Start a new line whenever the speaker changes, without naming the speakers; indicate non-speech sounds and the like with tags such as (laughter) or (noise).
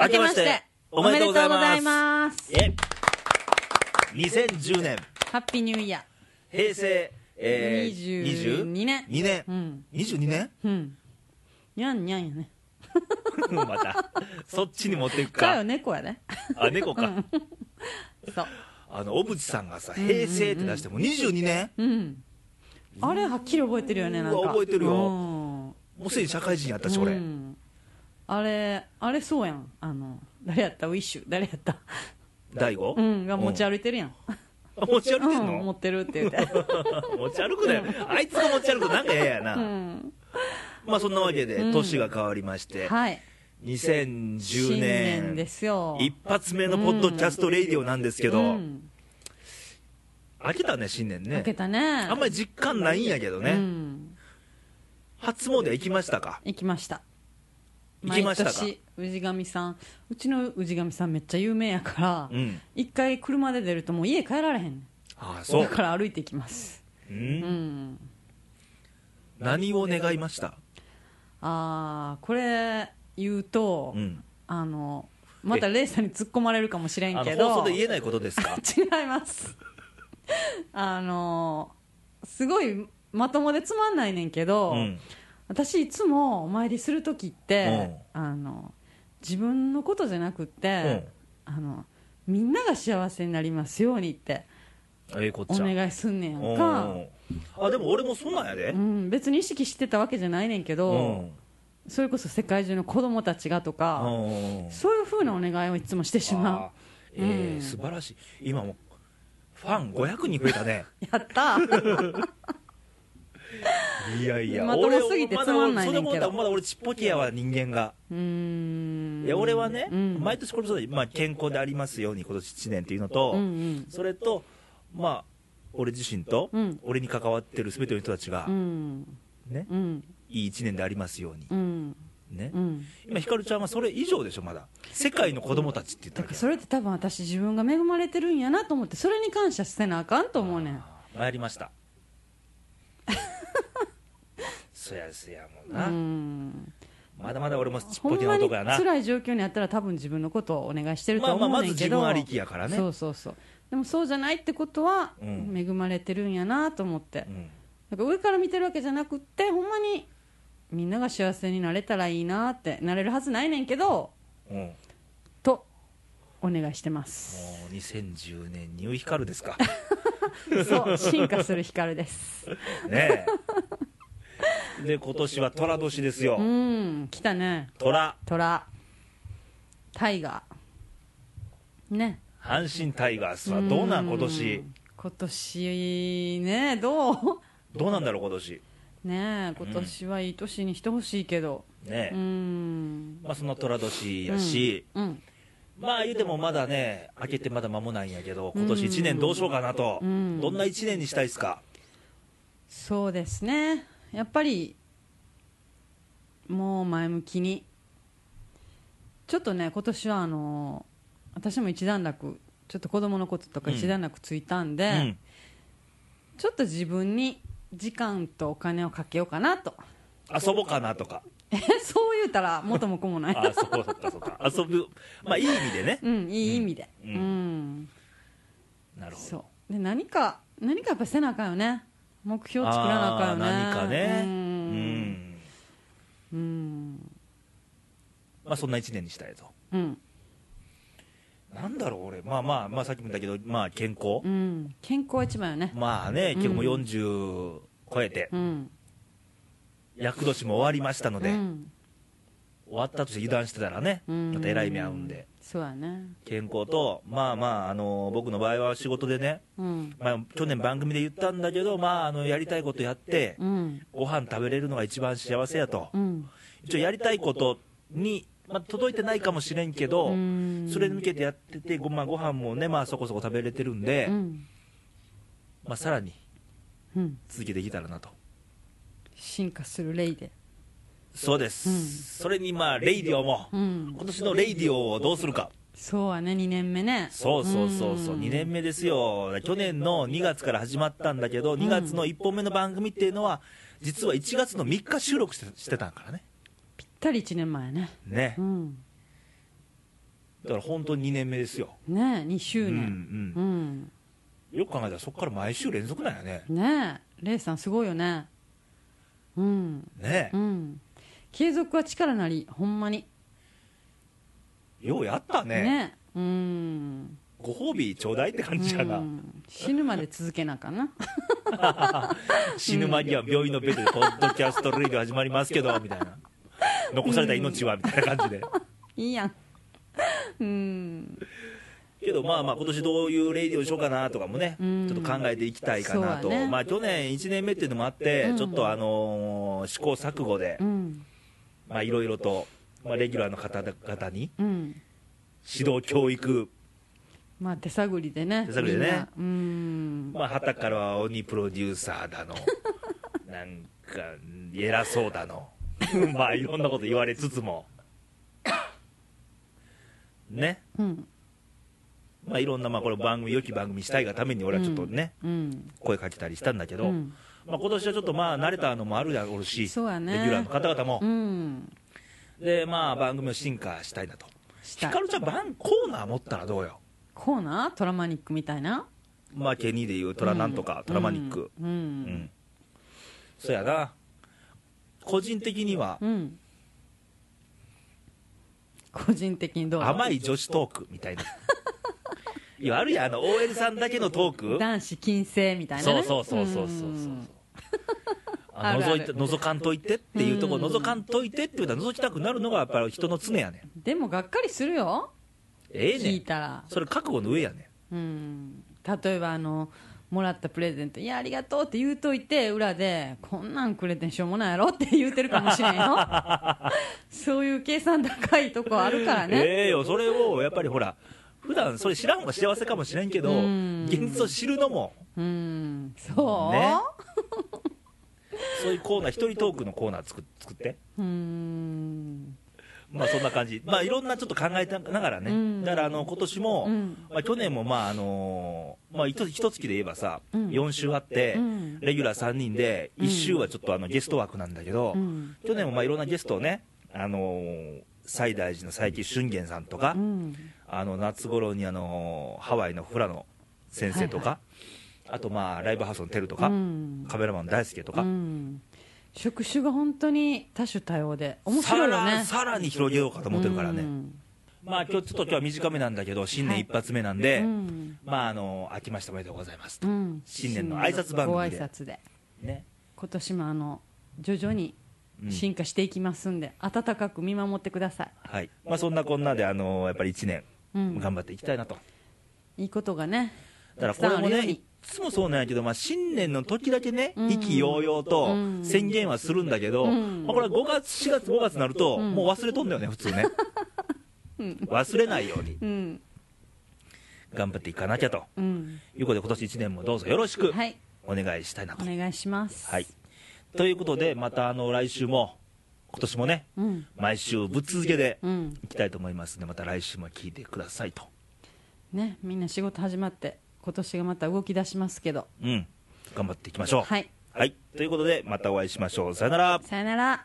明けましておめでとうございます
おめでとうございます
え2010年
ハッピーニューイヤ
平成、えー、
22年
2年、
ーうん
22年
うんにゃんにゃんやね
ま (laughs) たそっちに持っていく
かよ
か
猫やね
あ猫か
そう
あの小渕さんがさ平成って出しても22年
うんあれはっきり覚えてるよねなん
う
か
わ覚えてるよ
うん
もうすでに社会人やったし
う
俺
んあれあれそうやんあの誰やったウィッシュ誰
(laughs)
やった
大悟
うんが持ち
歩
歩いてるやん、
持ち歩いて
うんん、持
の
ってるって言って
(laughs) 持ち歩くなよあいつが持ち歩くとなんか嫌や
う
なんまあそんなわけで
うん
年が変わりまして
はい
2010
新年で
年
すよ
一発目のポッドキャストレイディオなんですけ
う
ど
ん
開けたね新年
開け
ね
たね
あんまり実感ないんやけど
う
ね
ん、
初詣行きましたか
行きました
行きましたか
毎年氏神さんうちの氏神さんめっちゃ有名やから
うん
一、回車で出るともう家帰られへんねん
ああそ
だ
う
から歩いていきます
う
うんん
何を願いました
ああこれ言うと、
うん
あのまたレイさんに突っ込まれるかもしれん
あ
け
の
ど
放送で言えないことですか
違います (laughs) あのすごいまともでつまんないねんけど、
うん
私いつもお参りする時って、あの自分のことじゃなくって、あのみんなが幸せになりますようにって
ええこっ
お
ちゃ
願いすんねやん
う
か
ん、あでも俺もそんなんやで
うん、別に意識してたわけじゃないねんけ
う
ど、
ん
それこそ世界中の子供たちがとか、
うん
そういうふうなお願いをいつもしてしまう
あーえー
うん
素晴らしい今もファン500人増えた
(laughs)
ね
や
(laughs)
った
いやいや
まともすぎてつまんないねんけ
俺まだ俺
ど
それもまだ俺ちっぽけやわ人間が、
うーん
いや俺はね、
うん
毎年これそうだまあ、健康でありますように今年1年っていうのと、
うんうん
それとまあ俺自身と、
うん
俺に関わってる全ての人たちが、
うん
ね
うん
いい1年でありますように
う、ん
ね
うん
今ひかるちゃんはそれ以上でしょまだ世界の子供たちって言った
だ
わ
か
け
らそれって多分私自分が恵まれてるんやなと思ってそれに感謝せなあかんと思うねん
参りました (laughs) そやそやもん
う
な、
ん
まだまだ俺もちっ
ほ
ぽ
ん
け
ま
な
に
男やな
辛い状況にあったら多分自分のことをお願いしてると
まあ
は
まあ
思う
ま
ね
ず
ん
自
けど、
分ありきやからね
そうそうそうでもそうじゃないってことは
うん
恵まれてるんやなと思って、
うん
なんか上から見てるわけじゃなくってほんまにみんなが幸せになれたらいいなってなれるはずないねんけど
うん、も
とお願いしてます
う2010年ニューヒカルです
(laughs)
か
そう進化する
(laughs)
光です
ねえで今年は寅年ですよ
うん来たね
寅
虎タイガーね
阪神タイガースはどうなん今年
今年ねどう (laughs)
どうなんだろう今年
ねえ今年はいい年にしてほしいけど
ねえ、
うん
まあその寅年やし、
うん
まあ言うてもまだね明けてまだ間もないんやけど今年1年どうしようかなと、
うん
どんな1年にしたいですか
そうですねやっぱりもう前向きにちょっとね今年はあの私も一段落ちょっと子供のこととか一段落ついたんで、
うん
ちょっと自分に時間とお金をかけようかなと
遊ぼうかなとか
えそう言うたら元も子もない
あそうそっかそっか遊ぶまあいい意味でね
うんいい意味で
う
うんん、
うんなるほど
そうで何か何かやっぱせなあかんよね目標作らなあかんよね
あー何かねう
う
んん
うん
まあそんな1年にしたいと
うん、
なんだろう俺まあまあまあさっきも言ったけどまあ健康
うん、健康は一番よね
まあね結構もう40超えて
うん
厄年も終わりましたので
うん
終わったとして油断してたらね
うん
またえらい目合うんで
そうやね
健康とまあまああの僕の場合は仕事でね
うん
まあ去年番組で言ったんだけどまああのやりたいことやって
うん
ご飯食べれるのが一番幸せやと
うん
一応やりたいことにまあ届いてないかもしれんけど、
うん
それに向けてやってて、ごまあ、ご飯もね、まあ、そこそこ食べれてるんで、
うん
まあ、さらに
うん
続けていけたらなと、
進化するレイで
そうです、
うん
それにまあ、レイディオも、
うん
今年のレイディオをどうするか、
そうやね2年目ね
そうそうそうそう、
ん
2年目ですよ、去年の2月から始まったんだけど、2月の1本目の番組っていうのは、実は1月の3日収録してしてたんからね、
ぴったり1年前やね
ね
う、ん
だから本当に2年目ですよ、
ねえ2周
うん
年うん、
うん、よく考えたらそこから毎週連続なんやね
ねえレイさんすごいよねうん
ね
う、ん継続は力なりほんまに
ようやったね
ねえうん
ご褒美ちょうだいって感じやな、
うん死ぬまで続けなあかんな (laughs)
死ぬ間際病院のベッドで「ポッドキャストレディオ始まりますけど」みたいな「残された命は」みたいな感じで
いいやんうん
けどまあまあ今年どういうレディオにしようかなとかもね、
うん
ちょっと考えていきたいかなと、
そうやね
まあ去年1年目っていうのもあって、
うん
ちょっとあのー試行錯誤で、
うん
まあいろいろと、まあ、レギュラーの方々に
うん
指導教育
まあ手探りでね
手探りでね
みんなうん
まあはたからは鬼プロデューサーだ
(laughs)
のなんか偉そうだの (laughs) まあいろんなこと言われつつもね
うん
まあいろんなまあこれ番組良き番組したいがために俺はちょっとね、
うん
声かけたりしたんだけど、
うん
まあ、今年はちょっとまあ慣れたのもあるだろうし、
そうやね
レギュラーの方々も、
うん
でまあ番組を進化したいなと、
した
ひ
い
かるちゃん、番コーナー持ったらどうよ、
コーナートラマニックみたいな
まあ、ケニーでいうトラなんとか、トラマニック、
うん
うん、そやな、個人的には
うん、うん個人的にどう
甘い女子トークみた
(laughs)
いな、いや、あるやん、あの OL さんだけのトーク、
男子禁制みたいな、
そう
ね、
そうそうそうそうそう。
ん
あ
あるあ
覗
る
いて覗かんといてっていうところ、覗かんといてっていうのは、覗きたくなるのがやっぱり人の常やねん。
でもがっかりするよ
ええね
聞い
ん。
たら、
それ覚悟の上やねん。
うん、例えばあのもらったプレゼント「いやありがとう」って言うといて裏で「こんなんくれてんしょうもないやろ」って言うてるかもしれ
(laughs)
んよそういう計算高いとこあるからね、
ええよ、それをやっぱりほら、普段それ知らん方が幸せかもしれんけど、
うん
現実を知るのも、
うんそう、
ねそういうコーナー、一人トークのコーナー作作って、
うん
まあそんな感じ、まあいろんなちょっと考えながら
う
ね、
ん
だからあの今年も、
うん
まあ、去年もまあ、あのーまあ、ひと一月で言えばさ、
うん
4週あって、
うん
レギュラー3人で、
うん
1週はちょっとあのゲスト枠なんだけど、
うん
去年もまあいろんなゲストをね、あのー西大寺の佐伯俊玄さんとか、
うん
あの夏頃にあのハワイの富良野先生とか、あとまあライブハウスのテルとか、
うん
カメラマン大輔とか、
うん、職種が本当に多種多様で面白いよね
さらさらに広げようかと思ってるからね、
うん
まあ今日ちょっと今日は短めなんだけど新年一発目なんで、
うん
まああの明けましておめでとうございますと、
うん
新年の挨拶番組で
ご挨拶で
ね
今年もあの徐々に
うん
進化していきますんで、温かく見守ってください
はいまあそんなこんなであのやっぱり1年
うん
頑張っていきたいなと、
いいことがね
だからこれも
たくさん
ね
あるよう
い
に
つもそうなんやけど、まあ、新年の時だけね
うん
意気揚々と
うん
宣言はするんだけど、
うん
まあ、これは5月4月5月になると、
うん
もう忘れとんだよね普通
(laughs)
ね忘れないように
うん
頑張っていかなきゃと
うん
いうことで今年1年もどうぞよろしく
はい
お願いしたいな
お
と。
願いします
はい、ということでまたあの来週も今年もね
うん
毎週ぶっ続けで
うん
いきたいと思いますのでまた来週も聞いてくださいと。
ねみんな仕事始まって今年がまた動き出しますけど
うん頑張っていきましょう。
はい
はい、ということでまたお会いしましょう。さよなら。
さよなら